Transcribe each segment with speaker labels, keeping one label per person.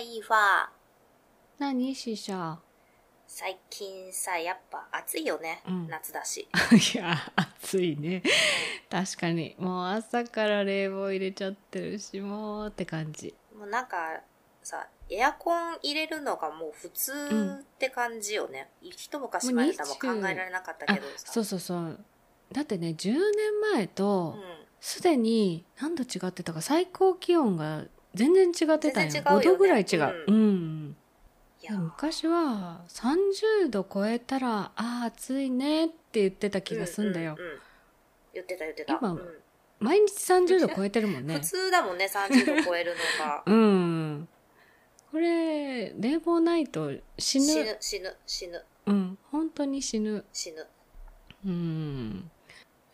Speaker 1: いは、
Speaker 2: 何死者
Speaker 1: 最近さ、やっぱ暑いよね。
Speaker 2: うん
Speaker 1: 夏だし。
Speaker 2: いや暑いね確かにもう朝から冷房入れちゃってるしもうって感じ
Speaker 1: もうなんか、さ、エアコン入れるのがもう普通って感じよね。一昔前だと考えられなかった
Speaker 2: あ
Speaker 1: けどさ。
Speaker 2: そうそうそうだってね10年前と
Speaker 1: うん
Speaker 2: すでに何度違ってたか最高気温が全然違ってたん
Speaker 1: 全
Speaker 2: よ
Speaker 1: 然違うよね
Speaker 2: 5度ぐらい違う、
Speaker 1: う
Speaker 2: うんん
Speaker 1: い
Speaker 2: で
Speaker 1: や
Speaker 2: も昔は30度超えたらあー暑いねって言ってた気がすんだよ、
Speaker 1: うううん言ってた言ってた。
Speaker 2: 今
Speaker 1: うん
Speaker 2: 毎日30度超えてるもん ね。
Speaker 1: 普通だもんね、30度超えるのが
Speaker 2: うんこれ冷房ないと死ぬ
Speaker 1: 死ぬ、死ぬ、死ぬ、
Speaker 2: うん本当に死ぬ
Speaker 1: 死ぬ。
Speaker 2: うん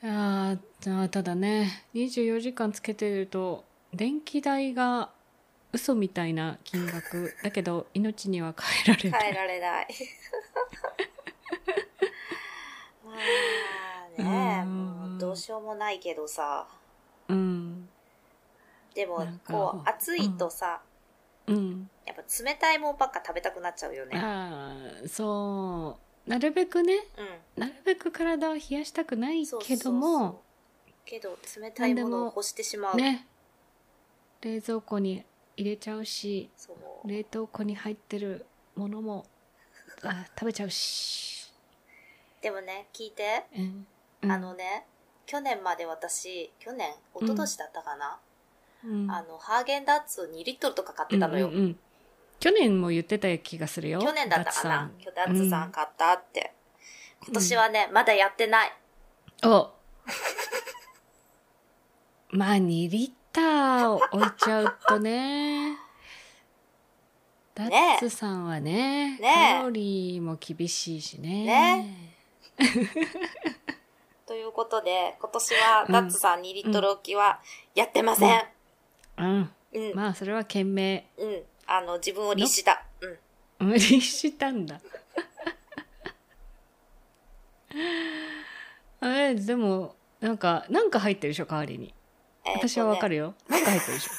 Speaker 2: あーただね24時間つけてると電気代が嘘みたいな金額だけ ど命には変えられない、
Speaker 1: 変えられ ない。まあね、
Speaker 2: うん
Speaker 1: もうどうしようもないけどさ。
Speaker 2: うん
Speaker 1: でも
Speaker 2: なん、か
Speaker 1: こう、暑いとさ、
Speaker 2: うん
Speaker 1: やっぱ冷たいもんばっか食べたくなっちゃうよね。
Speaker 2: あーそうなるべくね
Speaker 1: うん。
Speaker 2: なるべく体を冷やしたくない
Speaker 1: そうそう
Speaker 2: けども
Speaker 1: そう。けど、冷たいものを欲してしまう。
Speaker 2: ね冷蔵庫に入れちゃうし
Speaker 1: そう。
Speaker 2: 冷凍庫に入ってるものもあ食べちゃうし、
Speaker 1: でもね、聞いて。
Speaker 2: うん
Speaker 1: あの、ね、去年まで私、去年、一昨年だったかな、
Speaker 2: うん
Speaker 1: あの、ハーゲンダッツ2リットルとか買ってたのよ。
Speaker 2: うんうんうん去年も言ってた気がするよ
Speaker 1: 去年だったかな
Speaker 2: ダ
Speaker 1: 今日ダ
Speaker 2: ッツ
Speaker 1: ッツさん買ったって。今年はね、まだやってない。
Speaker 2: さんお まあ2リッターを置いちゃうと ねダ
Speaker 1: え
Speaker 2: ッツさんはね
Speaker 1: ねえ
Speaker 2: カロリーも厳しいしね
Speaker 1: ねということで、今年は
Speaker 2: うん
Speaker 1: ダッツさん2リットル置きはやってません。
Speaker 2: うん
Speaker 1: うん。うん。
Speaker 2: まあそれは懸命
Speaker 1: あの、自分を律した。うん。
Speaker 2: 無理したんだ えでもなんかなんか入ってるでしょ代わりに
Speaker 1: えーとね
Speaker 2: 私はわか。るよ、なんか入ってるでしょ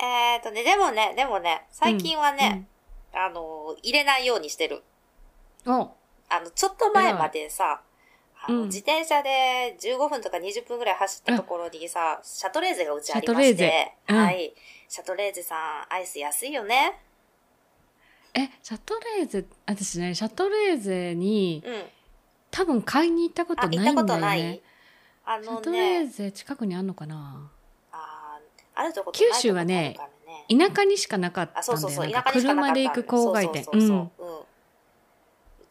Speaker 1: えっ、とね、でもね、でもね、最近はね、、あの、入れないようにしてる。
Speaker 2: うんうんお
Speaker 1: あの、ちょっと前までさ、あの
Speaker 2: うん
Speaker 1: 自転車で15分とか20分ぐらい走ったところにさ、シャトレーゼがうちありま
Speaker 2: シャ
Speaker 1: し
Speaker 2: トレ
Speaker 1: て、
Speaker 2: ーゼうん
Speaker 1: はい。シャトレーゼさん、アイス安いよね。
Speaker 2: えシャトレーゼ私ねシャトレーゼに
Speaker 1: うん。
Speaker 2: 多分買いに行ったこ
Speaker 1: あ、
Speaker 2: と
Speaker 1: 行っ
Speaker 2: ない
Speaker 1: た
Speaker 2: ん
Speaker 1: こと
Speaker 2: だよ
Speaker 1: ない
Speaker 2: ね
Speaker 1: あ
Speaker 2: シャ
Speaker 1: の
Speaker 2: トレ
Speaker 1: ね、
Speaker 2: ーゼ近くにあんのかな
Speaker 1: あーあるとことないとこ
Speaker 2: 九州はね
Speaker 1: あるからね
Speaker 2: 田舎にしかなかった
Speaker 1: あ、
Speaker 2: んだ
Speaker 1: そ
Speaker 2: よ
Speaker 1: うそうそう、
Speaker 2: な
Speaker 1: 田
Speaker 2: んか
Speaker 1: 舎にしかなか
Speaker 2: 車
Speaker 1: った
Speaker 2: で行く郊外店
Speaker 1: そうそうそうそう、うん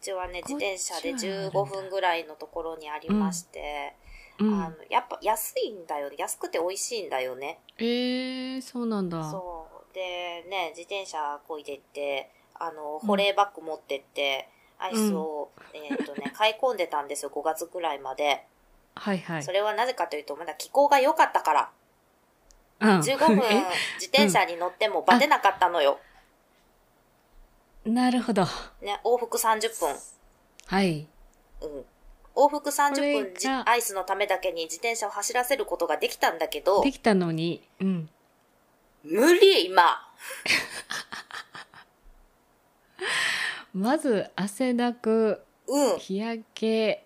Speaker 1: うちはね、自転車で
Speaker 2: こっちはあるん
Speaker 1: 15
Speaker 2: だ
Speaker 1: 分ぐらいのところにありまして、
Speaker 2: うんうん
Speaker 1: あのやっぱ安いんだよね。安くて美味しいんだよね。
Speaker 2: えー、そうなんだ
Speaker 1: そう。で、ね、自転車こいでって、あの、保冷バッグ持ってって、アイスを、えっ、と ね、買い込んでたんですよ、5月くらいまで。
Speaker 2: はいはい
Speaker 1: それはなぜかというと、まだ気候が良かったから、
Speaker 2: うん
Speaker 1: 15分
Speaker 2: え
Speaker 1: 自転車に乗ってもバテなかったのよ。
Speaker 2: なるほど
Speaker 1: ね、往復30分。
Speaker 2: はい
Speaker 1: うん。往復
Speaker 2: こ
Speaker 1: 30
Speaker 2: れ
Speaker 1: 分じ、
Speaker 2: が
Speaker 1: アイスのためだけに自転車を走らせることができたんだけど
Speaker 2: で、きたのに、うん、
Speaker 1: 無理、今。
Speaker 2: まず汗だく
Speaker 1: うん、うん。
Speaker 2: 日焼け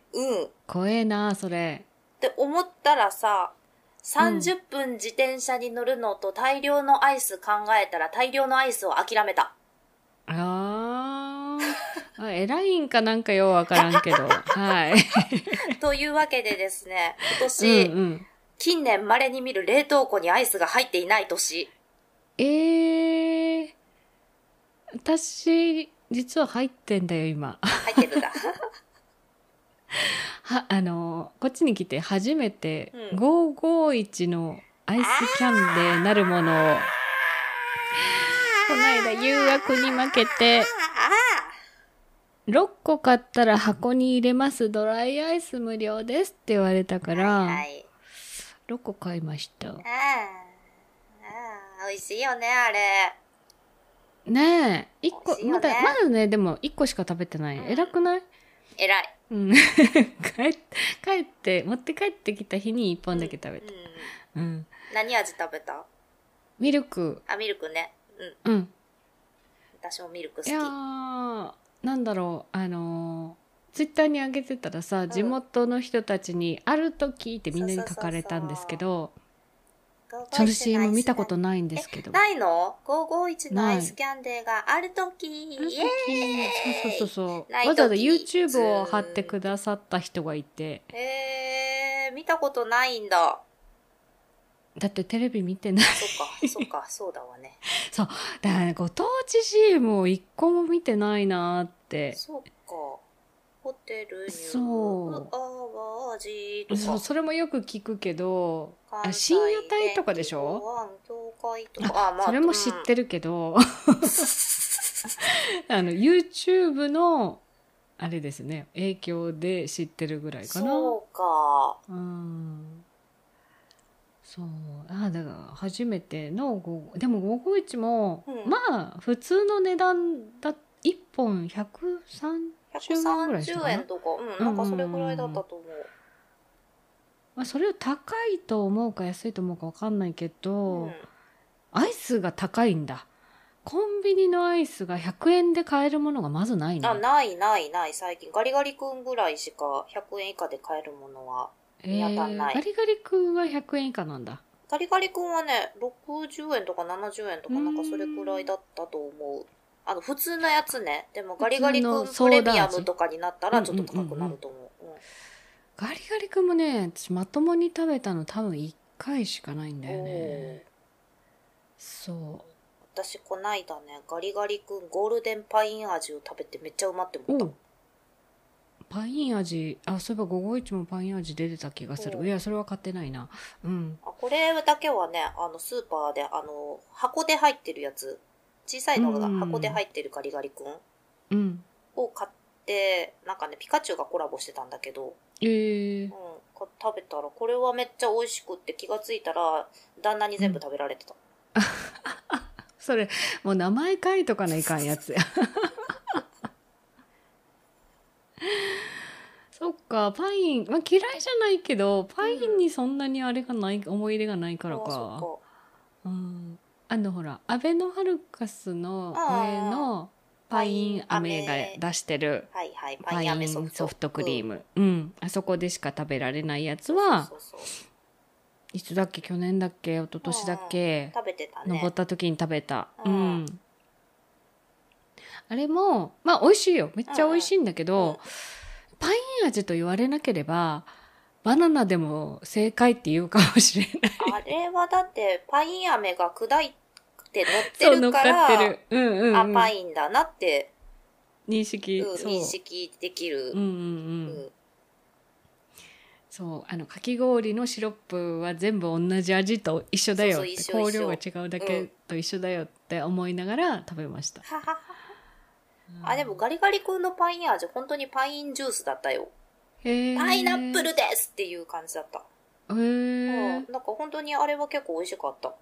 Speaker 2: 怖えなそれ
Speaker 1: って思ったらさ、30分自転車に乗るのと大量のアイス考えたら大量のアイスを諦めた。
Speaker 2: あ ーあ偉いんかなんかようわからんけ どはい
Speaker 1: というわけでですね、今
Speaker 2: う
Speaker 1: 年、
Speaker 2: ん、うん、
Speaker 1: 近年稀に見る冷凍庫にアイスが入っていない年。
Speaker 2: えー、私実は入ってんだよ今
Speaker 1: 入ってるんだ。
Speaker 2: はあのこっちに来て初めて
Speaker 1: うん
Speaker 2: 551のアイスキャンデーなるものをこの間誘惑に負けて6個買ったら箱に入れますドライアイス無料ですって言われたから、
Speaker 1: はい。
Speaker 2: 6個買いました
Speaker 1: あーあー、美味しいよね、あれ。
Speaker 2: ねえ1
Speaker 1: 美
Speaker 2: 個
Speaker 1: 味しいよ
Speaker 2: ま
Speaker 1: ね
Speaker 2: だまだねでも1個しか食べてない
Speaker 1: うん
Speaker 2: 偉くない、
Speaker 1: 偉い。
Speaker 2: うん、 帰っ帰って持って帰ってきた日に1本だけ食べ
Speaker 1: う
Speaker 2: た、
Speaker 1: ん
Speaker 2: うん
Speaker 1: 何味食べた
Speaker 2: ミルク
Speaker 1: あ、ミルクね。うん。
Speaker 2: うん
Speaker 1: 私もミルク好
Speaker 2: い
Speaker 1: き。
Speaker 2: や
Speaker 1: うん
Speaker 2: ーなんだろうあのーツイッターに上げてたらさ、
Speaker 1: ん
Speaker 2: 地元の人たちに「ある時」ってみんなに書かれたんですけどその CM 見たことないんですけど「あ
Speaker 1: ないの ?551 の
Speaker 2: な
Speaker 1: ア
Speaker 2: い
Speaker 1: イスキャンデーがあるとき、イエ
Speaker 2: る時
Speaker 1: ーイ
Speaker 2: そうそうそうそう
Speaker 1: ない時
Speaker 2: わざわざ YouTube を貼ってくださった人がいて
Speaker 1: えー、見たことないんだ。
Speaker 2: だってテレビ見てない
Speaker 1: そっか、そっか、そうだわね。
Speaker 2: だからねご当地 CM を一個も見てないなーって
Speaker 1: そっか。ホテルニュ
Speaker 2: そう
Speaker 1: ーアワジと
Speaker 2: そう
Speaker 1: か。
Speaker 2: それもよく聞くけどあ
Speaker 1: 関西
Speaker 2: 深夜帯とかでしょ
Speaker 1: 電気保安協会とか。あ、まあ、
Speaker 2: それも知ってるけど、 あの YouTube のあれですね影響で知ってるぐら
Speaker 1: うん
Speaker 2: いかな
Speaker 1: そうか。
Speaker 2: うんそうあだから初めての5でも551も、
Speaker 1: うん
Speaker 2: まあ普通の値段だ1本130万ぐらいし
Speaker 1: 130
Speaker 2: たかな
Speaker 1: 円とか、うん、なんかそれぐらいだったと思う。
Speaker 2: まあ、それを高いと思うか安いと思うか分かんないけど、
Speaker 1: うん
Speaker 2: アイスが高いんだコンビニのアイスが100円で買えるものがまずないね
Speaker 1: あ、ないないない、最近。ガリガリ君ぐらいしか100円以下で買えるものは。見当たんない
Speaker 2: ガリガリ君は100円以下なんだ
Speaker 1: ガリガリ君はね、60円とか70円とか、
Speaker 2: うーん
Speaker 1: なんかそれくらいだったと思う。あの、普通のやつね。でも、ガリガリ
Speaker 2: 普
Speaker 1: 君
Speaker 2: 通のソ
Speaker 1: プレ
Speaker 2: ーダ味
Speaker 1: ミアムとかになったら、ちょっと高くなると思う。うん
Speaker 2: ガリガリ君もね私まともに食べたの多分1回しかないんだよねそ
Speaker 1: 私、こないだね、ガリガリ君ゴールデンパイン味を食べてめっちゃうまって
Speaker 2: う
Speaker 1: 思った。
Speaker 2: おパイン味あそういえば551もパイン味出てた気がす
Speaker 1: お
Speaker 2: るいやそれは買ってないなうん
Speaker 1: あこれだけはね、あの、スーパーで、あの、箱で入ってるやつ、小さいのが
Speaker 2: うん
Speaker 1: 箱で入ってるガリガリ君
Speaker 2: うん
Speaker 1: を買って、なんかね、ピカチュウがコラボしてたんだけど、
Speaker 2: えー
Speaker 1: うん、か食べたら、これはめっちゃ美味しくって気がついたら、旦那に全部食べられてた。
Speaker 2: それもう名前書いとかないかんや つやそっかパイン、まあ、嫌いじゃないけどパインにそんなにあれがない、思い入れがないから
Speaker 1: あ
Speaker 2: か
Speaker 1: そ
Speaker 2: うん、あのほらアベノハルカスの上のパイン飴が出してる
Speaker 1: っか。はいはい。パ
Speaker 2: パ
Speaker 1: イ
Speaker 2: イ
Speaker 1: ン飴
Speaker 2: ンソフトクリー
Speaker 1: ム
Speaker 2: ム、うんあそこでしか食べられないやつは
Speaker 1: そうそうそう
Speaker 2: いつだっけ去年だっけ一昨年だっけ
Speaker 1: 食べてた
Speaker 2: 登
Speaker 1: ね
Speaker 2: っ。た時に食べた、
Speaker 1: う
Speaker 2: うんんあれもまあ美味しいよめっちゃ美味しいんだけど、パイン味と言われなければバナナでも正解って言うかもしれない
Speaker 1: あれはだって、パイン飴が砕いて乗
Speaker 2: そ
Speaker 1: っ
Speaker 2: う
Speaker 1: て
Speaker 2: 乗
Speaker 1: る
Speaker 2: っ
Speaker 1: か、
Speaker 2: からってる、うんうんうん、
Speaker 1: あ、パインだなって、
Speaker 2: 認識、
Speaker 1: うん
Speaker 2: そう
Speaker 1: 認識できる。
Speaker 2: うんうん
Speaker 1: う
Speaker 2: うん
Speaker 1: ん
Speaker 2: そうあのかき氷のシロップは全部同じ味と一緒だよって
Speaker 1: そうそう一緒
Speaker 2: 香料が違うだ
Speaker 1: う
Speaker 2: け
Speaker 1: ん
Speaker 2: と一緒だよって思いながら食べました、
Speaker 1: はははあ、でもガリガリ君のパイン味、本当にパインジュースだったよ。
Speaker 2: へー
Speaker 1: パイナップルですっていう感じだった。
Speaker 2: へー
Speaker 1: うん、なんか本当にあれは結構美味しかった。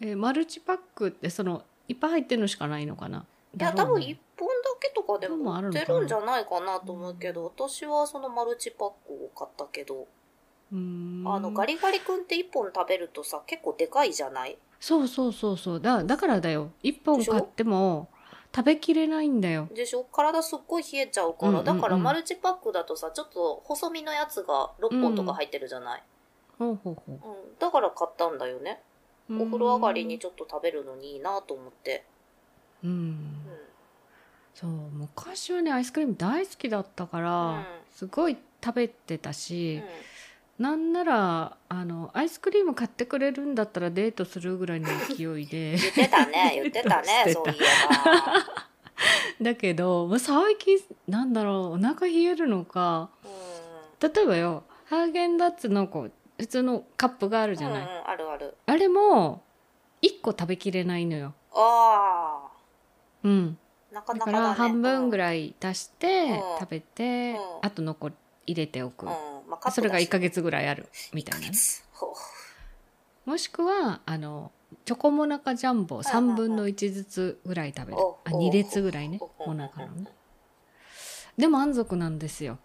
Speaker 2: えーマルチパックってそのいっぱい入ってるのしかないのかない
Speaker 1: や、
Speaker 2: だ
Speaker 1: 多
Speaker 2: ろう
Speaker 1: 分
Speaker 2: ね
Speaker 1: 1本だけとかで
Speaker 2: でも
Speaker 1: も
Speaker 2: あ
Speaker 1: 売
Speaker 2: る
Speaker 1: っ
Speaker 2: のか
Speaker 1: て
Speaker 2: な
Speaker 1: るんじゃないかなと思うけど、私はそのマルチパックを買ったけど、
Speaker 2: うーん
Speaker 1: あの、ガリガリ君って1本食べるとさ、結構でかいじゃない
Speaker 2: そうそうそうそうだだからだよ1本
Speaker 1: でしょ
Speaker 2: 買っても食べきれないんだよ
Speaker 1: でしょ体すっごい冷えちゃうから、
Speaker 2: うんうんうん
Speaker 1: だからマルチパックだとさ、ちょっと細身のやつが6本とか入ってるじゃない、
Speaker 2: ほうほうほ
Speaker 1: うん、だから買ったんだよね。
Speaker 2: う
Speaker 1: お風呂上がりにちょっと食べるのにいいなと思って。
Speaker 2: うん、
Speaker 1: うん。
Speaker 2: そう昔はねアイスクリーム大好きだったから、
Speaker 1: うん
Speaker 2: すごい食べてた
Speaker 1: う
Speaker 2: し
Speaker 1: ん、
Speaker 2: なんならあのアイスクリーム買ってくれるんだったらデートするぐらいの勢いで
Speaker 1: 言ってたね、言ってたね、
Speaker 2: 言って
Speaker 1: そ
Speaker 2: た
Speaker 1: ういえ
Speaker 2: だけどもう最近なんだろうお腹冷えるのか
Speaker 1: ば。う
Speaker 2: 例えばよハーゲンダッツのこう普通のカップがあるじゃ
Speaker 1: ん。
Speaker 2: ない、
Speaker 1: うんうん、あるある。
Speaker 2: あれも1個食べきれないのよ、
Speaker 1: あ
Speaker 2: うん、
Speaker 1: あ、なか
Speaker 2: だ
Speaker 1: な
Speaker 2: か
Speaker 1: かだ、ね、
Speaker 2: ら半分ぐ
Speaker 1: らい。
Speaker 2: らい出して
Speaker 1: うん
Speaker 2: 食べて、
Speaker 1: うん
Speaker 2: あと残り入れておく、
Speaker 1: うん、まあ、カップだし
Speaker 2: それが1ヶ月ぐらいあるみたいなね
Speaker 1: ほう
Speaker 2: もしくはあのチョコモナカジャンボ
Speaker 1: いはいはい
Speaker 2: 3分の1ずつぐらい食べる
Speaker 1: お
Speaker 2: あ
Speaker 1: お
Speaker 2: 2列ぐらいね
Speaker 1: お
Speaker 2: モナカのねでも満足なんですよ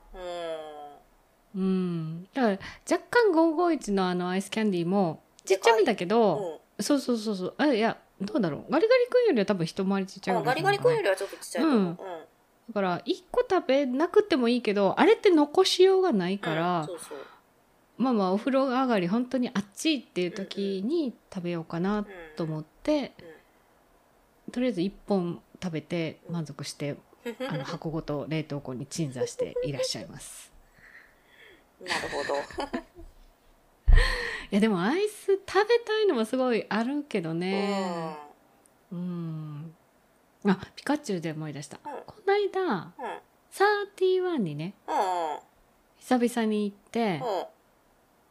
Speaker 1: うん。
Speaker 2: うんだから若干551のあのアイスキャンディーもちっちゃめだけど、
Speaker 1: うん。
Speaker 2: そうそうそうそうあいやどうだろうガリガリ君よりは多分一回りちっちゃい
Speaker 1: あ
Speaker 2: ぐら
Speaker 1: ガ
Speaker 2: い
Speaker 1: リ
Speaker 2: なのかな
Speaker 1: ガリ君よりはちょっとちっちゃいと思う。
Speaker 2: うんだから1個食べなくてもいいけどあれって残しようがないから、
Speaker 1: うんそうそう。
Speaker 2: まあまあお風呂上がり本当に暑いっていう時に食べようかな
Speaker 1: うん。
Speaker 2: と思って、
Speaker 1: うん
Speaker 2: とりあえず1本食べて満足して、あの
Speaker 1: なる
Speaker 2: 箱ごと冷凍庫に鎮座していらっしゃいます。
Speaker 1: ほ ど。
Speaker 2: いやでもアイス食べたいのもすごいあるけど
Speaker 1: うん。
Speaker 2: ね。うん。あ、ピカチュウで思い出した。
Speaker 1: うん
Speaker 2: こないだ、
Speaker 1: うん。
Speaker 2: サーティワンにね、
Speaker 1: うん。
Speaker 2: 久々に行って、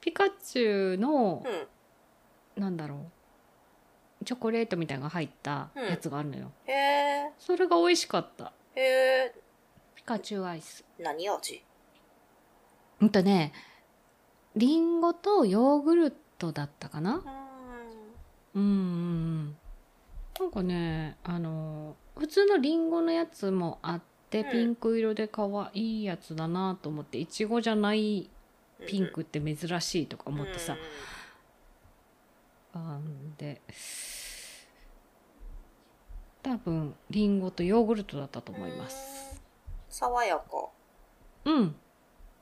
Speaker 2: ピカチュウの
Speaker 1: う、ん。
Speaker 2: なんだろう、チョコレートみたいなのが入ったやつがあるのよ。
Speaker 1: うん。へ
Speaker 2: それが美味しかった。
Speaker 1: え。へえ。
Speaker 2: ピカチュウアイス。
Speaker 1: 何味
Speaker 2: うんとね、リンゴとヨーグルトだったかな
Speaker 1: うーん。
Speaker 2: うんうんうんなんかねあの普通のリンゴのやつもあって、
Speaker 1: うん
Speaker 2: ピンク色で可愛いやつだなと思っていちごじゃないピンクって珍しいとか思ってさ、あんで多分リンゴとヨーグルトだったと
Speaker 1: うん
Speaker 2: 思います。
Speaker 1: 爽やか。
Speaker 2: うん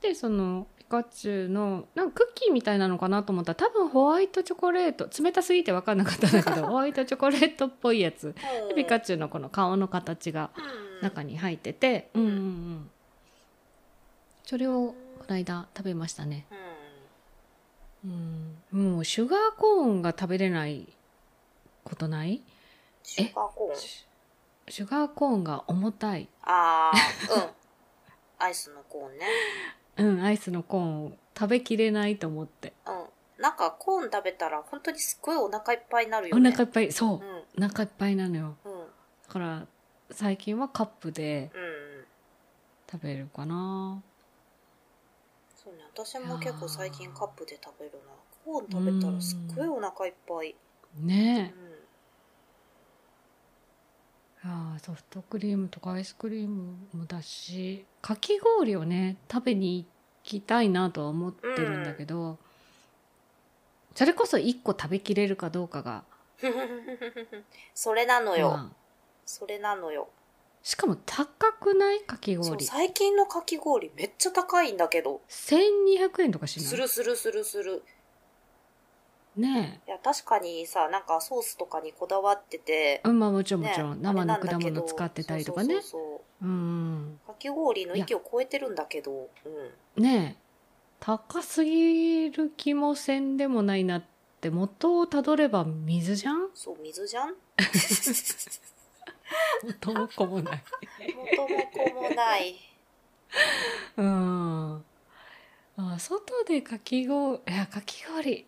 Speaker 2: でそのピカチュウのなんかクッキーみたいなのかなと思ったら多分ホワイトチョコレート冷たすぎて分かんなかったんだけ どホワイトチョコレートっぽいやつ
Speaker 1: うん
Speaker 2: ピカチュウのこの顔の形が
Speaker 1: うん
Speaker 2: 中に入ってて、うんんうんうん、それをこの間食べましたね、
Speaker 1: うん。
Speaker 2: うん、もうシュガーコーンが食べれないことない
Speaker 1: シュガーコーン。
Speaker 2: シュシュガーコーンが重たい、
Speaker 1: ああ、うん。 アイスのコーンね。
Speaker 2: うん、アイスのコーンを食べきれないと思って
Speaker 1: うん。なんかコーン食べたら本当にすっごいお腹いっぱいになる
Speaker 2: お
Speaker 1: よね。。
Speaker 2: 腹いっぱいそううんお腹いっぱいなのよ
Speaker 1: うん。
Speaker 2: だから最近はカップで
Speaker 1: うん。
Speaker 2: 食べるかな
Speaker 1: そうね。私も結構最近カップで食べるな。コーン食べたらすっごいお腹いっぱい。う
Speaker 2: ねえ
Speaker 1: ん。
Speaker 2: あーソフトクリームとかアイスクリームもだしかき氷をね食べに行きたいなとは思ってるんだけど、それこそ1個食べきれるかどうかが、
Speaker 1: それなのよ、
Speaker 2: まあ
Speaker 1: それなのよ
Speaker 2: しかも高くないかき
Speaker 1: そう
Speaker 2: 氷
Speaker 1: 最近のかき氷めっちゃ高いんだけど
Speaker 2: 1200円とかし
Speaker 1: す
Speaker 2: ない
Speaker 1: るするするする
Speaker 2: ね
Speaker 1: いや確かにさなんかソースとかにこだわってて、
Speaker 2: えうんまあもちろんも
Speaker 1: ね
Speaker 2: ちろん、
Speaker 1: あれ
Speaker 2: 生
Speaker 1: な
Speaker 2: の
Speaker 1: んだ
Speaker 2: 果
Speaker 1: け
Speaker 2: 物
Speaker 1: ど
Speaker 2: 使ってたりとかね
Speaker 1: そうそうそう
Speaker 2: うん
Speaker 1: そうかき氷の域を超えてるんだけどうん
Speaker 2: ねえ高すぎる気もせんでもないなって元をたどれば水じゃん
Speaker 1: そう水じゃん
Speaker 2: 元も子もない
Speaker 1: 元も子もない
Speaker 2: うん。あ外でかき氷、いや、かき氷。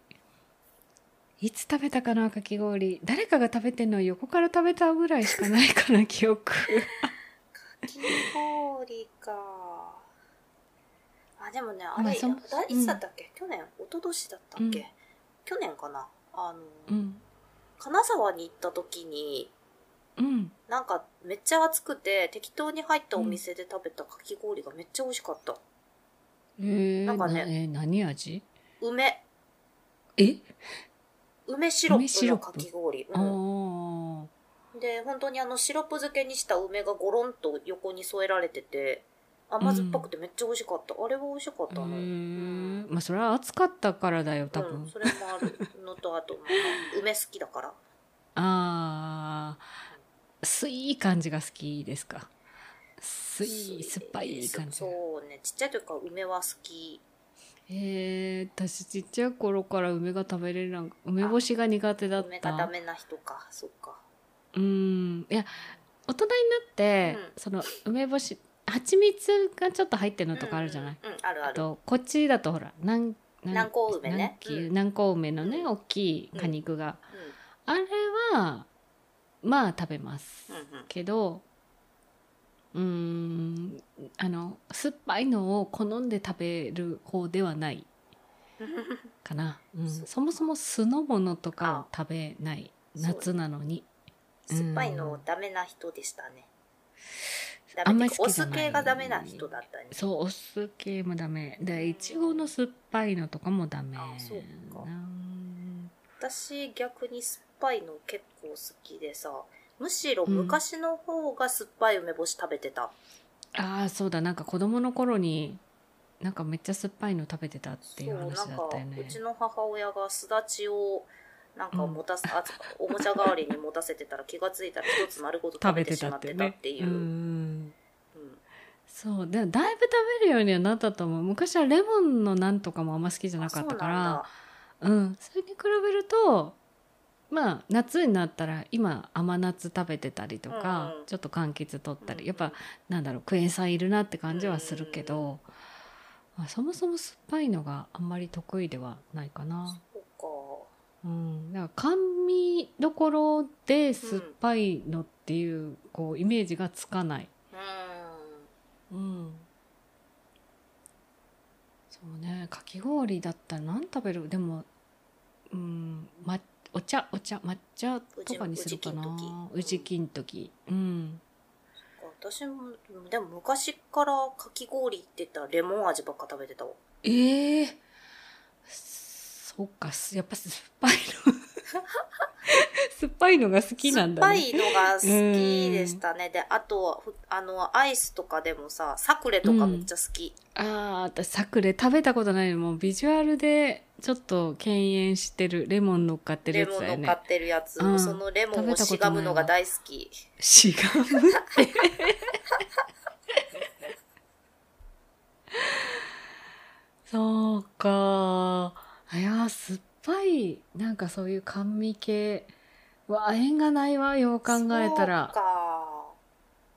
Speaker 2: いつ食べたかな、かき氷。誰かが食べてんのを横から食べたぐらいしかないかな、記 憶。
Speaker 1: かき氷かあでもねあ
Speaker 2: ま
Speaker 1: れ
Speaker 2: あ
Speaker 1: い
Speaker 2: そも
Speaker 1: だいつだったっけ、去年一昨年だったっけ、
Speaker 2: うん
Speaker 1: 去年かなあの、
Speaker 2: うん。
Speaker 1: 金沢に行った時に
Speaker 2: うん。
Speaker 1: なんかめっちゃ暑くて適当に入ったお店で食べたかき氷がめっちゃ美味しかった、
Speaker 2: えー、
Speaker 1: なんかね
Speaker 2: えー何味
Speaker 1: 梅
Speaker 2: え、
Speaker 1: 梅シロ
Speaker 2: 梅
Speaker 1: ップ
Speaker 2: シ
Speaker 1: の
Speaker 2: ロップ
Speaker 1: かき氷、
Speaker 2: あ
Speaker 1: う
Speaker 2: ー
Speaker 1: ん、で本当にあのシロップ漬けにした梅がゴロンと横に添えられてて甘酸っぱくてめっちゃ美味しかった、あれは美味しかっ
Speaker 2: え
Speaker 1: たな、
Speaker 2: ーまあ、それは暑かったからだよ、多分。
Speaker 1: うん、それもあるのとあとまあ梅好きだ から
Speaker 2: あー、すい感じが好きですか。すい、酸っぱい感じ
Speaker 1: そ。そうねちっちゃい時から梅は好き
Speaker 2: えー、私ちっちゃい頃から梅が食べれるなんか梅干しが苦手だっ
Speaker 1: 梅がダ
Speaker 2: た
Speaker 1: メな人かそっか
Speaker 2: うんいや大人になって、
Speaker 1: うん
Speaker 2: その梅干し蜂蜜がちょっと入ってるのとかあるじゃない、
Speaker 1: うん、うんあるあ
Speaker 2: あ
Speaker 1: る
Speaker 2: とこっちだとほら南
Speaker 1: 南高梅ね
Speaker 2: 南,、
Speaker 1: うん
Speaker 2: 南高梅のね
Speaker 1: うん
Speaker 2: 大きい果肉が、
Speaker 1: うん
Speaker 2: あれはまあ食べます、
Speaker 1: うんうん
Speaker 2: けどうーんあの酸っぱいのを好んで食べる方ではないかな、うん、
Speaker 1: そう
Speaker 2: そもそも酢の物とかを食べない
Speaker 1: あそ
Speaker 2: 夏なのに
Speaker 1: 酸っぱいのダメな人でしたね。ダメ
Speaker 2: あんまり好
Speaker 1: お
Speaker 2: きじゃ
Speaker 1: 酢
Speaker 2: ない
Speaker 1: 系がダメな人だったね。
Speaker 2: そうお酢系もダメ
Speaker 1: うん
Speaker 2: でいちごの酸っぱいのとかもダメ
Speaker 1: あそうか
Speaker 2: なん
Speaker 1: 私逆に酸っぱいの結構好きでさ、むしろ昔の方が酸っぱい梅干し食べてた。
Speaker 2: ああそうだなんか子供の頃になんかめっちゃ酸っぱいの食べてたっていう
Speaker 1: そう、
Speaker 2: 話
Speaker 1: なん
Speaker 2: だ
Speaker 1: か
Speaker 2: ったよ、ね
Speaker 1: うちの母親がすだちを、なんか持たせ、あおもちゃ代わりに持たせてたら気がついたら一つ丸ごと食べてしまってたっていう。
Speaker 2: う
Speaker 1: うん
Speaker 2: んそうでもだいぶ食べるようにはなったと思う昔はレモンのなんとかもあんま好きじゃなかったからうんそれに比べるとまあ夏になったら今甘夏食べてたりとか、
Speaker 1: うん
Speaker 2: ちょっと柑橘取ったり、やっ
Speaker 1: うん
Speaker 2: ぱなんだろうクエン酸いるなって感じはするけど、まあ、そもそも酸っぱいのがあんまり得意ではないかな。
Speaker 1: そう
Speaker 2: うん、だから甘味どころで酸っぱいのっていう,、こうイメージがつかない、
Speaker 1: か。うん。
Speaker 2: うん、そうねかき氷だったら何食べるでも、うんま、お茶お茶抹茶とかにするかな
Speaker 1: う
Speaker 2: う
Speaker 1: ち
Speaker 2: ち金時うん
Speaker 1: 私も、でも昔からかき氷って言ったらレモン味ばっか食べてたわ。
Speaker 2: ええそうかすやっぱ酸っぱい の酸っぱいのが好きなんだね
Speaker 1: 酸っぱいのが好きでしたね。で、あとは、ふあの、アイスとかでもさ、サクレとかめっちゃ好き。
Speaker 2: ああ、私、サクレ食べたことないの。もうビジュアルで、ちょっと敬遠してる。レモン乗っかってる
Speaker 1: レモ
Speaker 2: やつ
Speaker 1: ン
Speaker 2: だ
Speaker 1: の
Speaker 2: よ
Speaker 1: 買
Speaker 2: ね。
Speaker 1: ってるやつ、
Speaker 2: うん
Speaker 1: そのレモンをしがむのが大好き。
Speaker 2: しがむって。そうか。いやー、酸っぱい、なんかそういう甘味系。うわ、縁がないわ、よう考えたら。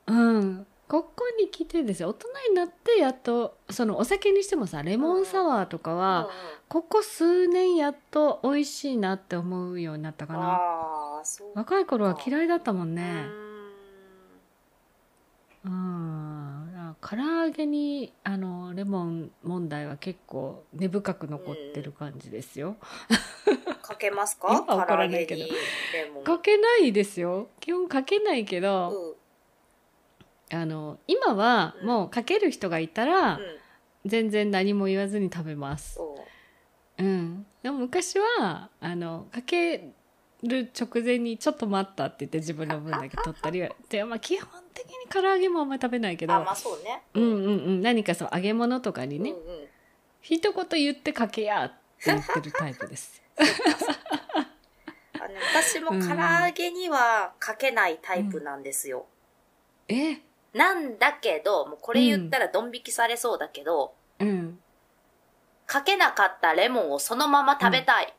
Speaker 1: そう
Speaker 2: うん。ここに来てですよ。大人になって、やっと、そのお酒にしてもさ、レモンサワーとかは、
Speaker 1: か。
Speaker 2: ここ数年やっと美味しいなって思うようになった
Speaker 1: うん、
Speaker 2: かな
Speaker 1: ああ、そう
Speaker 2: 若い頃は嫌いだったもん
Speaker 1: う
Speaker 2: ね
Speaker 1: ん
Speaker 2: うん唐揚げにあのレモン問題は結構根深く残ってる感じですよ、
Speaker 1: かけます
Speaker 2: 今
Speaker 1: か
Speaker 2: は怒
Speaker 1: 唐揚
Speaker 2: らな
Speaker 1: げ
Speaker 2: いけど
Speaker 1: にレモン。
Speaker 2: かけないですよ基本かけないけ
Speaker 1: うん。
Speaker 2: ど、
Speaker 1: うん。
Speaker 2: あの今はもうかける人がいたら全然何も言わずに食べます、
Speaker 1: そう。
Speaker 2: うん、でも昔はあのかける直前にちょっと待ったって言って自分の分だけ取ったりはで、まあ、基本的に唐揚げもあんまり食べないけど、
Speaker 1: あ、まあそうね。
Speaker 2: うんうんうん、何かそう揚げ物とかにね、
Speaker 1: うんうん。
Speaker 2: 一言言ってかけやって言ってるタイプです
Speaker 1: あの私も唐揚げにはかけないタイプなんですよ。
Speaker 2: え
Speaker 1: なんだけど、もうこれ言ったらドン引きされそうだけど、
Speaker 2: うん
Speaker 1: かけなかったレモンをそのまま食べたい。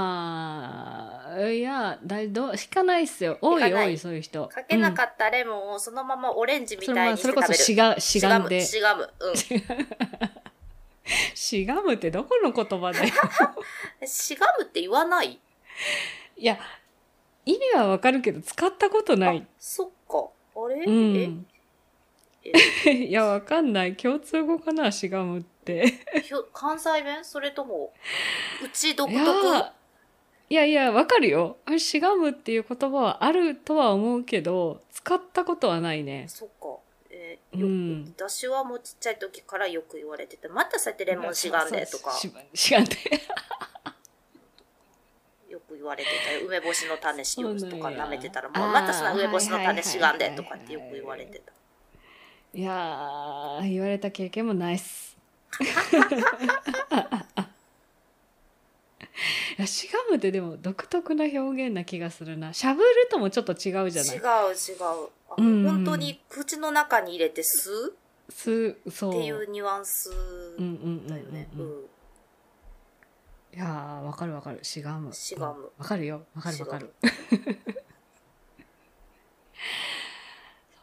Speaker 2: あーいやだいど引かないっすよ多
Speaker 1: 引か
Speaker 2: い
Speaker 1: ない
Speaker 2: 多いそういう人
Speaker 1: かけな
Speaker 2: っ
Speaker 1: かったレモンをそのままオレンジみ
Speaker 2: それ,、
Speaker 1: たい
Speaker 2: まあ、
Speaker 1: にし
Speaker 2: そ
Speaker 1: て
Speaker 2: れ
Speaker 1: 食
Speaker 2: こ
Speaker 1: べ
Speaker 2: そ
Speaker 1: る。
Speaker 2: しがしがんで
Speaker 1: しがむ。 しがむ
Speaker 2: しがむってどこの言葉だよ
Speaker 1: うん。しがむって言わない
Speaker 2: いや、意味はわかるけど、使ったことない
Speaker 1: あ。そっか。あれ、
Speaker 2: う
Speaker 1: え
Speaker 2: ん。
Speaker 1: え
Speaker 2: いや、わかんない。共通語かな、しがむって。
Speaker 1: ひょ関西弁それとも、うち独
Speaker 2: い
Speaker 1: 特
Speaker 2: や、いやいや、わかるよ。あれしがむっていう言葉はあるとは思うけど、使ったことはないね。
Speaker 1: そっか。えー
Speaker 2: う
Speaker 1: よ
Speaker 2: ん。
Speaker 1: 私はもうちっちゃい時からよく言われてて、またそうやってレモンしがんでとか
Speaker 2: そう。そうししがんで。
Speaker 1: よく言われてたよ梅干しの種しようとか
Speaker 2: そうなんや
Speaker 1: 舐めてたらも
Speaker 2: あ
Speaker 1: う
Speaker 2: ー
Speaker 1: またその梅干しの
Speaker 2: はいはい
Speaker 1: 種
Speaker 2: はい
Speaker 1: しがんでとかってよく言われてた
Speaker 2: いやー、言われた経験もないっす。 いやしがむってでも独特な表現な気がするな。しゃぶるともちょっと違うじゃない
Speaker 1: 違う違うあ
Speaker 2: うんうん
Speaker 1: 本当に口の中に入れて吸う
Speaker 2: すそ
Speaker 1: っ
Speaker 2: う
Speaker 1: ていうニュアンス
Speaker 2: うんうんうん
Speaker 1: だよね
Speaker 2: うんうんいやーわかるわかるしがむ
Speaker 1: しがむ
Speaker 2: うんわかるよわかるわかる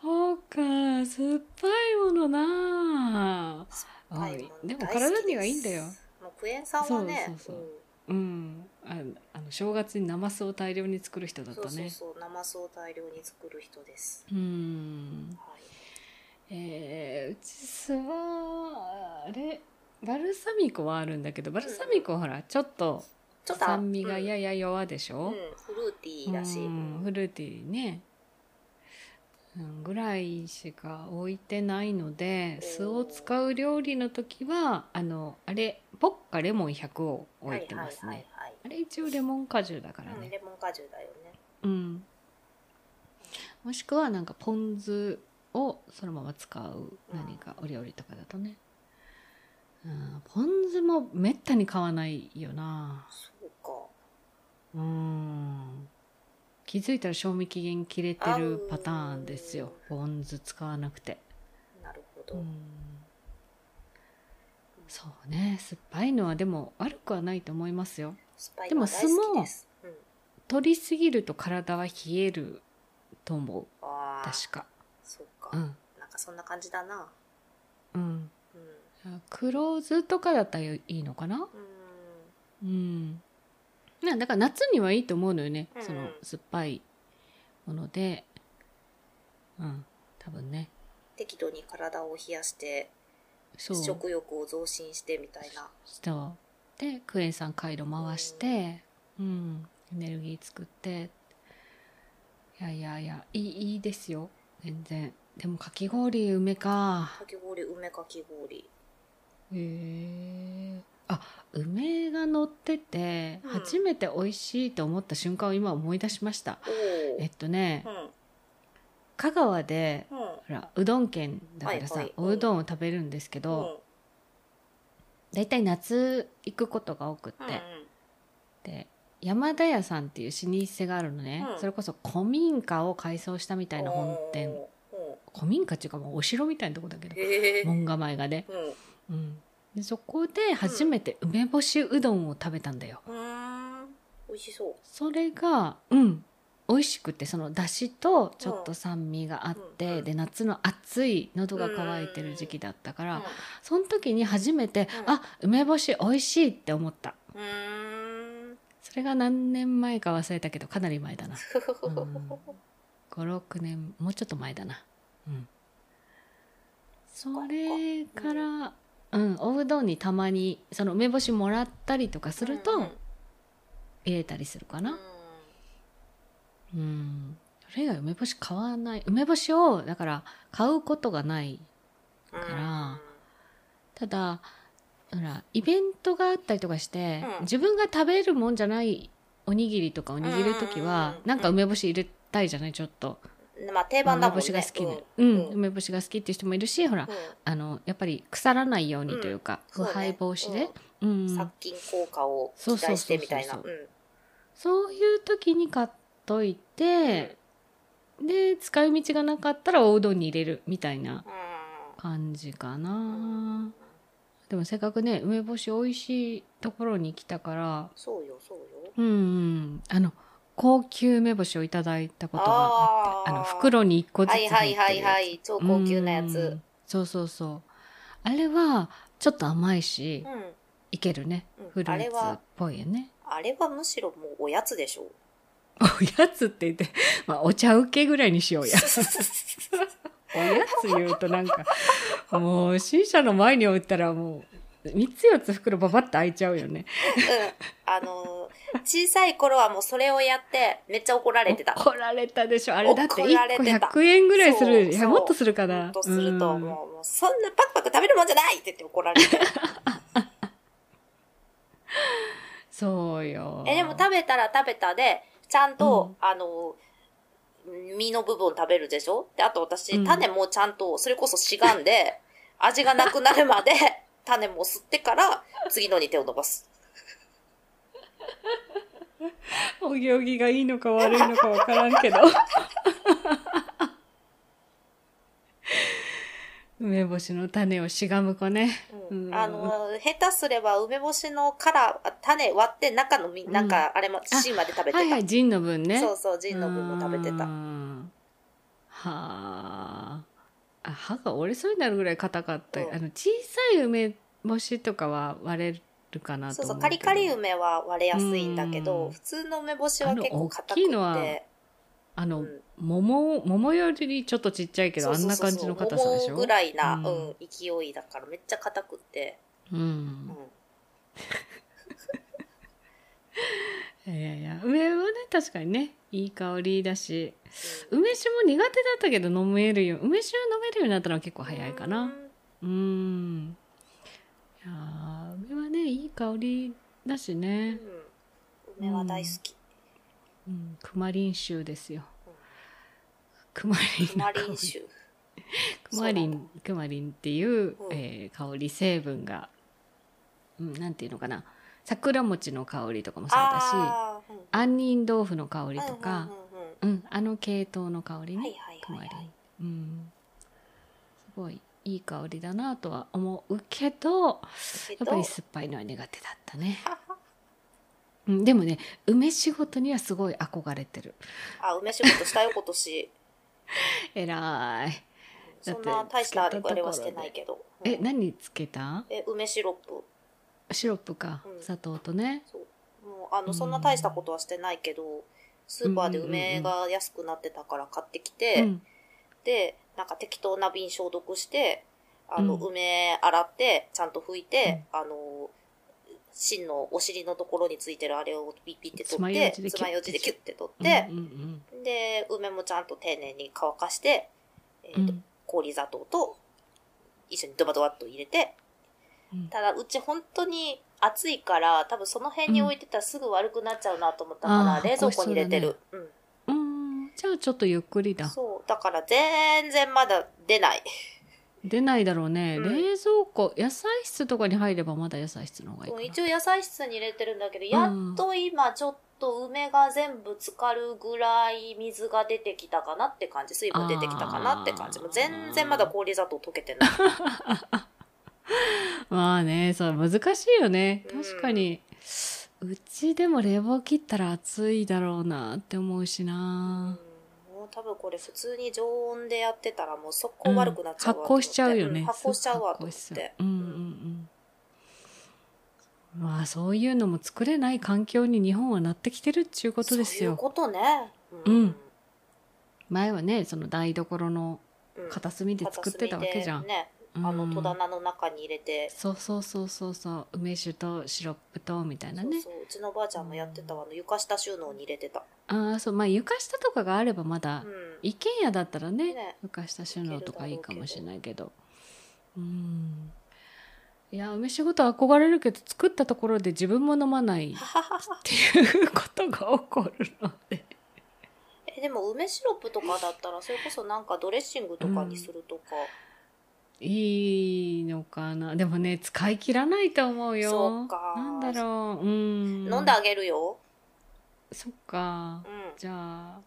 Speaker 2: そうか酸っぱいものなあ
Speaker 1: 酸っぱいもの
Speaker 2: でも
Speaker 1: 大好きです
Speaker 2: 体にはいいんだよ
Speaker 1: もうクエン酸はね
Speaker 2: そうそううんああの正月にナマスを大量に作る人だ
Speaker 1: うん
Speaker 2: っ
Speaker 1: そう
Speaker 2: た
Speaker 1: そう
Speaker 2: ね
Speaker 1: そう生酢を大量に作る人です
Speaker 2: うん
Speaker 1: はい
Speaker 2: えー、うちすはあれバルサミコはあるんだけどバルサミコはほらちょっと
Speaker 1: ちょっと
Speaker 2: 酸味が
Speaker 1: うん
Speaker 2: やや弱でし
Speaker 1: うん
Speaker 2: ょ、
Speaker 1: フルーティーだし
Speaker 2: うんフルーティーね、うん、ぐらいしか置いてないので
Speaker 1: おー
Speaker 2: 酢を使う料理の時はあのあれポッカレモン100を
Speaker 1: は
Speaker 2: 置いてますね、
Speaker 1: はいはいはい
Speaker 2: あれ一応レモン果汁だから
Speaker 1: うん、
Speaker 2: ね。
Speaker 1: レモン果汁だよね。
Speaker 2: うん。もしくはなんかポン酢をそのまま使う何かお料理とかだとね。うん、ポン酢もめったに買わないよな。
Speaker 1: そうか。
Speaker 2: うん。気づいたら賞味期限切れてるパターンですよ。ポン酢使わなくて。
Speaker 1: なるほ
Speaker 2: う
Speaker 1: ど。
Speaker 2: ん。そうね。酸っぱいのはでも悪くはないと思いますよ。
Speaker 1: スパイ
Speaker 2: でも
Speaker 1: は大好きです。うん、
Speaker 2: 取りすぎると体は冷えると思う。
Speaker 1: ああ、
Speaker 2: 確か。
Speaker 1: そうか、
Speaker 2: うん。
Speaker 1: なんかそんな感じだな。
Speaker 2: うん。
Speaker 1: うん。
Speaker 2: 黒酢とかだったらいいのかな
Speaker 1: うん。
Speaker 2: うん。なだから夏にはいいと思うのよね。
Speaker 1: うんうん
Speaker 2: その酸っぱいもので。うん。多分ね。
Speaker 1: 適度に体を冷やして、
Speaker 2: そう。
Speaker 1: 食欲を増進してみたいな。
Speaker 2: そう。で、クエン酸回路回して、うん。エネルギー作って。いやいやいや、いい、いいですよ。全然。でもかき氷梅か。
Speaker 1: かき氷、梅かき氷。
Speaker 2: へえあ梅が乗ってて、
Speaker 1: うん
Speaker 2: 初めて美味しいと思った瞬間を今思い出しました
Speaker 1: おお。
Speaker 2: えっとね
Speaker 1: うん。
Speaker 2: 香川で
Speaker 1: うん。
Speaker 2: ほらうどん県だからさ、
Speaker 1: はいはい
Speaker 2: おうどんを食べるんですけ
Speaker 1: うん。
Speaker 2: ど、だいたい夏行くことが多くって、
Speaker 1: うんうん。
Speaker 2: で山田屋さんっていう老舗があるのね、
Speaker 1: うん
Speaker 2: それこそ古民家を改装したみたいな本店
Speaker 1: おー。うん
Speaker 2: 古民家っていうかもうお城みたいなとこだけど
Speaker 1: へえ。うん。
Speaker 2: 門構えがね、
Speaker 1: う
Speaker 2: うん、でそこで初めて梅干しうどんを食べたんだよ
Speaker 1: ーん。美味しそう。
Speaker 2: それがうん美味しくてその出汁とちょっと酸味があって、
Speaker 1: うん
Speaker 2: で夏の暑い喉が渇いてる時期だったから、
Speaker 1: うん
Speaker 2: その時に初めて、
Speaker 1: うん
Speaker 2: あ梅干し美味しいって思った
Speaker 1: うーん。
Speaker 2: それが何年前か忘れたけどかなり前だなうん56年もうちょっと前だなうんそれからうん、おうどんにたまにその梅干しもらったりとかす
Speaker 1: う
Speaker 2: る
Speaker 1: ん
Speaker 2: と入れたりするかな、うん。それ以外梅干し買わない。梅干しを、だから、買うことがない。
Speaker 1: うん
Speaker 2: らただ、ほら、イベントがあったりとかして、
Speaker 1: うん
Speaker 2: 自分が食べるもんじゃないおにぎりとかを握るとき
Speaker 1: うん
Speaker 2: は
Speaker 1: うんう、ん
Speaker 2: なんか梅干し入れたいじゃないちょっと。
Speaker 1: うんまあ定番だ
Speaker 2: 梅
Speaker 1: もんね
Speaker 2: 干しが好きで。
Speaker 1: う
Speaker 2: う、
Speaker 1: んんうん
Speaker 2: 梅干しが好きっていう人もいるし、ほら、あの、やっぱり腐らないようにというか、
Speaker 1: そう
Speaker 2: 腐
Speaker 1: ね
Speaker 2: 敗防止で。う
Speaker 1: うん
Speaker 2: ん。
Speaker 1: 殺菌効果を期待してみたいな
Speaker 2: そううそ
Speaker 1: ん
Speaker 2: そういう時に買っといて、で、使い道がなかったらおうどんに入れるみたいな。感じかな、
Speaker 1: うん
Speaker 2: でもせっかくね梅干し美味しいところに来たから
Speaker 1: そうよそうよ
Speaker 2: うんうんあの高級梅干しをいただいたことがあって
Speaker 1: あ
Speaker 2: あ
Speaker 1: ー
Speaker 2: の袋に1個ずつ
Speaker 1: はい
Speaker 2: 入ってる
Speaker 1: はいはい
Speaker 2: い
Speaker 1: はい超高級なやつ
Speaker 2: そうそうそうあれはちょっと甘いし、
Speaker 1: うん
Speaker 2: いけるね
Speaker 1: うん
Speaker 2: フル
Speaker 1: あ
Speaker 2: ー
Speaker 1: れ
Speaker 2: ツ
Speaker 1: は
Speaker 2: っぽいよね
Speaker 1: あれはむしろもうおやつでしょ
Speaker 2: おやつって言って、 まあ、お茶受けぐらいにしようや おやつ言うとなんかもう新車の前に置いたらもう3つ4つ袋ババッと開いちゃうよね
Speaker 1: うんあのー小さい頃はもうそれをやってめっちゃ怒られてた
Speaker 2: 怒られたでしょあれだって
Speaker 1: 怒られ
Speaker 2: 1個
Speaker 1: てた
Speaker 2: 100円ぐらいす
Speaker 1: そう
Speaker 2: るいや
Speaker 1: そう
Speaker 2: もっとするか
Speaker 1: ほ
Speaker 2: なん
Speaker 1: とすると
Speaker 2: うん
Speaker 1: もうもうそんなパクパク食べるもんじゃないって言って怒られて
Speaker 2: そうよ
Speaker 1: えでも食べたら食べたでちゃんと、あの実の部分食べるでしょであと
Speaker 2: う
Speaker 1: 私
Speaker 2: ん
Speaker 1: 種もちゃんとそれこそしがん で味がなくなるまで種も吸ってから次のに手を伸ばす
Speaker 2: お行儀がいいのか悪いのか分からんけど 梅干しの種をしがむ子ね
Speaker 1: うん
Speaker 2: うん
Speaker 1: あの下手すれば梅干しの殻種割って中のみ
Speaker 2: ん
Speaker 1: なんかあれも芯まで食べてた、
Speaker 2: はいはいジンの分ね
Speaker 1: そうそうジンの分も食べて
Speaker 2: うー
Speaker 1: た
Speaker 2: んはああ歯が折れそうになるぐらい硬かった、
Speaker 1: うん
Speaker 2: あの小さい梅干しとかは割れるかなと
Speaker 1: そう
Speaker 2: 思
Speaker 1: そうう
Speaker 2: けど
Speaker 1: カリカリ梅は割れやすいんだけど、
Speaker 2: うん
Speaker 1: 普通の梅干しは結構硬く
Speaker 2: あの大きいのは
Speaker 1: て
Speaker 2: あ
Speaker 1: う
Speaker 2: の、
Speaker 1: ん
Speaker 2: 桃桃よりちょっとちっちゃいけ
Speaker 1: そ
Speaker 2: ど
Speaker 1: う
Speaker 2: あん
Speaker 1: そう
Speaker 2: な
Speaker 1: そう
Speaker 2: 感
Speaker 1: そ
Speaker 2: じ
Speaker 1: う
Speaker 2: の硬さでし
Speaker 1: 桃
Speaker 2: ょ
Speaker 1: ぐらいな、
Speaker 2: うん
Speaker 1: うん、勢いだからめっちゃ硬くって。
Speaker 2: う
Speaker 1: うんん。
Speaker 2: いやいや梅はね確かにねいい香りだし梅酒も苦手だったけど飲めるよ梅酒飲めるようになったのは結構早いかな、うーん。いやー梅はね、いい香りだし
Speaker 1: うん。
Speaker 2: ね。
Speaker 1: 梅は大好き。
Speaker 2: うん、クマリン州ですよ。クマリン
Speaker 1: クマリン 臭。
Speaker 2: クマリンクマリンっていう、
Speaker 1: うん
Speaker 2: えー香り成分が、うん、なんていうのかな桜餅の香りとかもそうだし
Speaker 1: ああ、うん。
Speaker 2: 杏仁豆腐の香りとか、
Speaker 1: うんうんうんう
Speaker 2: うんあの系統の香
Speaker 1: ん。
Speaker 2: り
Speaker 1: は
Speaker 2: ね、
Speaker 1: いはい
Speaker 2: クマ
Speaker 1: は
Speaker 2: リ
Speaker 1: い、はい
Speaker 2: ン。、うん、すごいいい香りだなとは思うけど
Speaker 1: け
Speaker 2: やっ
Speaker 1: ど
Speaker 2: ぱり酸っぱいのは苦手だったね、うん、でもね梅仕事にはすごい憧れてる
Speaker 1: あ、梅仕事したよ、今年。
Speaker 2: 偉い だって
Speaker 1: そんな大したあれはしてないけど。
Speaker 2: え
Speaker 1: うん
Speaker 2: 何つけた
Speaker 1: え、梅シロップ。
Speaker 2: シロップか、
Speaker 1: うん
Speaker 2: 砂糖とね
Speaker 1: もう、あの、そんな大したことはしてないけど、スーパーで梅が安くなってたから買ってきて、
Speaker 2: うん
Speaker 1: で、なんか適当な瓶消毒して、あの、
Speaker 2: うん
Speaker 1: 梅洗って、ちゃんと拭いて、あの、芯のお尻のところについてるあれをピッピッて取って、
Speaker 2: 爪楊枝でキュッ
Speaker 1: 爪楊枝でキュッて取って
Speaker 2: う、んうんうん
Speaker 1: で、梅もちゃんと丁寧に乾かして、えーと
Speaker 2: うん
Speaker 1: 氷砂糖と一緒にドバドバっと入れて、
Speaker 2: うん
Speaker 1: ただうち本当に暑いから、多分その辺に置いてたらすぐ悪くなっちゃうなと思ったか
Speaker 2: あ
Speaker 1: ら、
Speaker 2: ー
Speaker 1: 冷蔵庫に入れてる。うん
Speaker 2: うーんじゃあちょっとゆっくりだ
Speaker 1: そう。だから全然まだ出ない。
Speaker 2: 出ないだろうね、
Speaker 1: うん
Speaker 2: 冷蔵庫野菜室とかに入ればまだ野菜室の方がいいか
Speaker 1: うん
Speaker 2: な
Speaker 1: 一応野菜室に入れてるんだけど、やっと今ちょっと梅が全部浸かるぐらい水が出てきたかなって感じ。水分出てきたかなって感じ。
Speaker 2: あー
Speaker 1: もう全然まだ氷砂糖溶けてない。
Speaker 2: まあねそう難しいよね
Speaker 1: うん
Speaker 2: 確かに、うちでも冷房切ったら暑いだろうなって思うしな、
Speaker 1: うんもう多分これ普通に常温でやってたらもう速攻悪くなっちゃうわと
Speaker 2: 発
Speaker 1: 思って、
Speaker 2: 酵しちゃうよね、
Speaker 1: ん発酵しちゃうわと思っ
Speaker 2: すぐ
Speaker 1: て
Speaker 2: 発酵しちゃううんうんうんまあそういうのも作れない環境に日本はなってきてるっちゅうことです
Speaker 1: そういう
Speaker 2: よ
Speaker 1: ことねう
Speaker 2: うん前はねその台所の
Speaker 1: うん
Speaker 2: 片隅で作ってたわけじゃん、
Speaker 1: 片隅でね、あ
Speaker 2: うん
Speaker 1: の戸棚の中に入れて、
Speaker 2: そうそうそうそうそう梅酒とシロップとみたいな
Speaker 1: そう
Speaker 2: ね
Speaker 1: そううちのばあちゃんもやってたわあの床下収納に入れてた
Speaker 2: ああそうまあ床下とかがあればまだ、
Speaker 1: うん
Speaker 2: 一軒家だったらね
Speaker 1: ね
Speaker 2: 床下収納とかいいかもしれないけどうんいや梅仕事憧れるけど作ったところで自分も飲まないっていうことが起こるので
Speaker 1: えでも梅シロップとかだったらそれこそなんかドレッシングとかにするとか、
Speaker 2: いいのかなでもね使い切らないと思うよ
Speaker 1: そうか
Speaker 2: なんだろううん
Speaker 1: 飲んであげるよ
Speaker 2: そっか
Speaker 1: うん
Speaker 2: じゃあ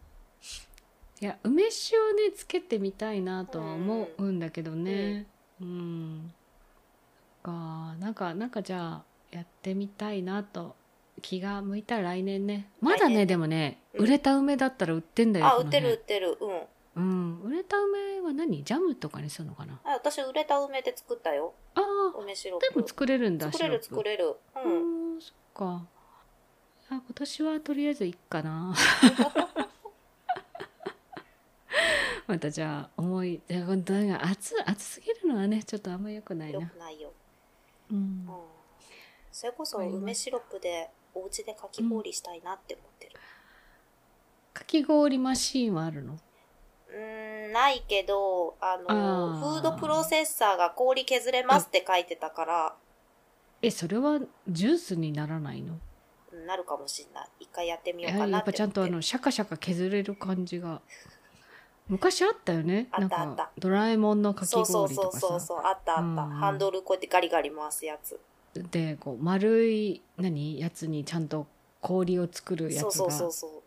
Speaker 2: いや梅酒をねつけてみたいなとは思うんだけどねうん、そっかなんかなんかじゃあやってみたいなと気が向いたら来年ねまだ
Speaker 1: 来年
Speaker 2: ね
Speaker 1: ね
Speaker 2: でもね、
Speaker 1: うん
Speaker 2: 売れた梅だったら売ってんだよ
Speaker 1: あ
Speaker 2: こ
Speaker 1: 売
Speaker 2: の
Speaker 1: って
Speaker 2: 辺
Speaker 1: る売ってるうん
Speaker 2: うん売れた梅は何ジャムとかにするのかな
Speaker 1: あ私売れた梅で作ったよ
Speaker 2: あ
Speaker 1: 梅シロ
Speaker 2: あ
Speaker 1: ッ
Speaker 2: で
Speaker 1: プ
Speaker 2: も作れるんだ
Speaker 1: 作れる
Speaker 2: シロ
Speaker 1: 作
Speaker 2: ップ
Speaker 1: れるう
Speaker 2: うんんそっかいや今年はとりあえずいっかな またじゃあ思いいや本当なんか暑暑すぎるのはねちょっとあんま良くない
Speaker 1: よ
Speaker 2: な
Speaker 1: くないよ、
Speaker 2: うん
Speaker 1: うん、それこそ
Speaker 2: わかります
Speaker 1: 梅シロップでお家でかき氷したいなって思ってる
Speaker 2: かき氷マシーンはあるの
Speaker 1: うーんないけどあの
Speaker 2: あー
Speaker 1: フードプロセッサーが氷削れますって書いてたから、
Speaker 2: えそれはジュースにならないの
Speaker 1: うんなるかもしんない一回やってみ
Speaker 2: い
Speaker 1: よう
Speaker 2: や
Speaker 1: か
Speaker 2: や
Speaker 1: な
Speaker 2: っ
Speaker 1: って思
Speaker 2: ぱ
Speaker 1: って
Speaker 2: ちゃんとあのシャカシャカ削れる感じが昔あったよね
Speaker 1: あった
Speaker 2: なん
Speaker 1: あった
Speaker 2: かドラえもんのかき
Speaker 1: そうそう
Speaker 2: 氷
Speaker 1: そ
Speaker 2: と
Speaker 1: う
Speaker 2: か
Speaker 1: そう
Speaker 2: さ
Speaker 1: そうあったあった、
Speaker 2: うん
Speaker 1: ハンドルこうやってガリガリ回すやつ
Speaker 2: でこう丸い何やつにちゃんと氷を作るや
Speaker 1: そう
Speaker 2: つ
Speaker 1: そう
Speaker 2: が
Speaker 1: そうそ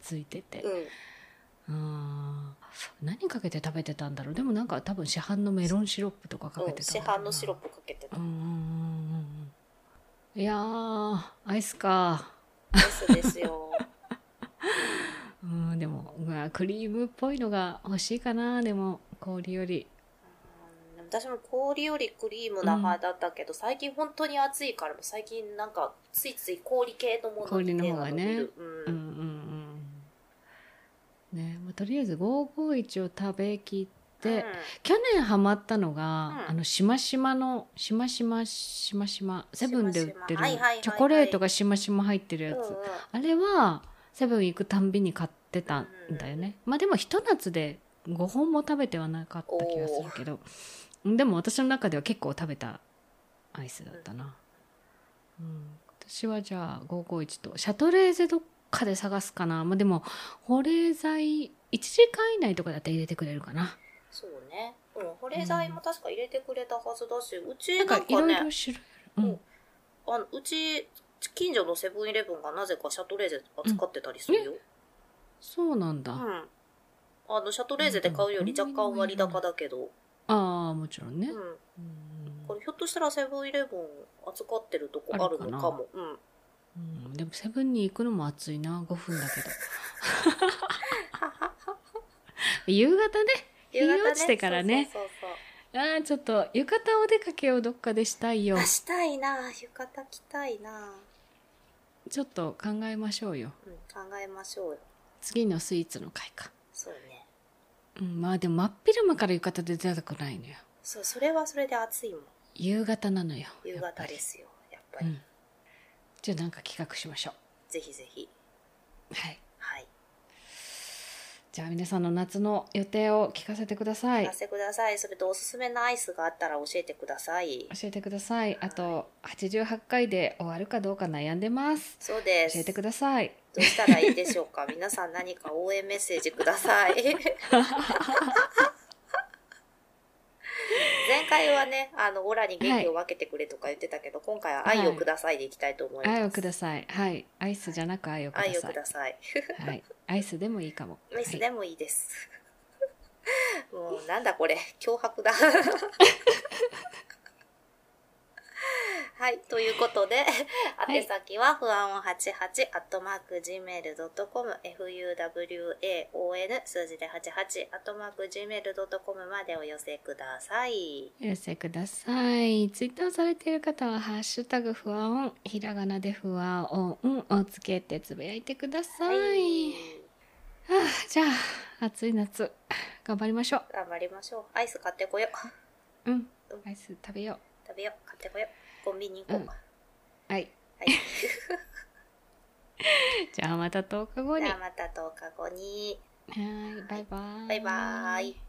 Speaker 2: ついてて
Speaker 1: ううん
Speaker 2: あー何かけて食べてたんだろうでもなんか多分市販のメロンシロップとかか
Speaker 1: う
Speaker 2: け
Speaker 1: ん、
Speaker 2: て
Speaker 1: 市
Speaker 2: たんだろうな
Speaker 1: 販のシロップかけてた
Speaker 2: うんうんうんうんうんいやーアイスか
Speaker 1: ですです よ
Speaker 2: うんでもうわクリームっぽいのが欲しいかなでも氷より
Speaker 1: うん私も氷よりクリームな派だったけど、最近本当に暑いからもう最近なんかついつい氷系のものに手が伸びる
Speaker 2: う
Speaker 1: うん
Speaker 2: うん
Speaker 1: ん
Speaker 2: うんねまあとりあえず551を食べきって、
Speaker 1: うん
Speaker 2: 去年ハマったのが、
Speaker 1: うん
Speaker 2: あのしましまのしましましましまセブンで売って
Speaker 1: しまし
Speaker 2: る
Speaker 1: まはいはいはいはい
Speaker 2: チョコレートがしましま入ってるやつ、
Speaker 1: うんうん
Speaker 2: あれはセブン行くたんびに買ってたんだよね、まあでもひと夏で5本も食べてはなかった気がするけどでも私の中では結構食べたアイスだったな、うん、今私はじゃあ551とシャトレーゼどっかで探すかな、まあ、でも保冷剤1時間以内とかだったら入れてくれるかな
Speaker 1: そうね。うん、保冷剤も確か入れてくれたはずだし、うち
Speaker 2: な
Speaker 1: なんんか
Speaker 2: か
Speaker 1: ね、
Speaker 2: いろいろ種類ある、
Speaker 1: あのうち、近所のセブンイレブンがなぜかシャトレーゼ扱ってたりするよ。
Speaker 2: そうなんだ、
Speaker 1: うん。
Speaker 2: あ
Speaker 1: あの、シャトレーゼで買うより若干割高だけど、
Speaker 2: あもちろんね、
Speaker 1: う
Speaker 2: うん
Speaker 1: ん。これひょっとしたらセブンイレブン扱ってるとこあるのかも。うん。
Speaker 2: うんでもセブンに行くのも暑いな5分だけど 夕方ね日が落ちてからね
Speaker 1: そうそうそうそう
Speaker 2: ああちょっと浴衣お出かけをどっかでしたいよ
Speaker 1: あしたいな浴衣着たいな
Speaker 2: ちょっと考えましょうよ
Speaker 1: うん、考えましょうよ。
Speaker 2: 次のスイーツの回か、
Speaker 1: そうね。
Speaker 2: うん、まあでも真っ昼間から浴衣で出たくないのよ
Speaker 1: そう、それはそれで暑いもん。
Speaker 2: 夕方なのよ
Speaker 1: 夕
Speaker 2: やっぱ
Speaker 1: 方
Speaker 2: り
Speaker 1: ですよ。やっぱ
Speaker 2: う
Speaker 1: り。
Speaker 2: ん、じゃあなんか企画しましょ
Speaker 1: ぜひぜひ。
Speaker 2: うはい
Speaker 1: はい。
Speaker 2: じゃあ皆さんの夏の予定を聞かせてください
Speaker 1: お聞かせください。それとおすすめのアイスがあったら教えてください。
Speaker 2: 教えてくださいあと88回で終わるかどうか悩んでます
Speaker 1: そうです。
Speaker 2: 教えてください
Speaker 1: どうしたらいいでしょうか 皆さん何か応援メッセージください。 前回はね、あの、オラに元気を分けてくれとか言ってたけど、今回は愛をくださいでいきたいと思います。
Speaker 2: 愛をくださいはいアイスじゃなく愛をください
Speaker 1: 愛をください。
Speaker 2: はい、アイスでもいいかも
Speaker 1: メス
Speaker 2: はい
Speaker 1: でもいいです。 もうなんだこれ、脅迫だ。 はい、ということで、
Speaker 2: い
Speaker 1: 宛先は不安を88、アットマーク gmail.com、fuwaon 数字で88、アットマーク gmail.com までお寄せください。
Speaker 2: お寄せください。ツイッターをされている方は、ハッシュタグ不安音、ひらがなで不安音をつけてつぶやいてください。はあ、じゃあ、暑い夏、頑張りましょ
Speaker 1: 頑張りましょう。アイス買ってこよう。
Speaker 2: う。うん。アイス食べよ
Speaker 1: 食べよう。買ってこよう。コンビニ行こう。
Speaker 2: うんう。はい。
Speaker 1: はい。
Speaker 2: じゃあ、また10日後に。
Speaker 1: じゃあ
Speaker 2: は
Speaker 1: また10日後に。
Speaker 2: ーい、バイバーイ。
Speaker 1: バイバーイ。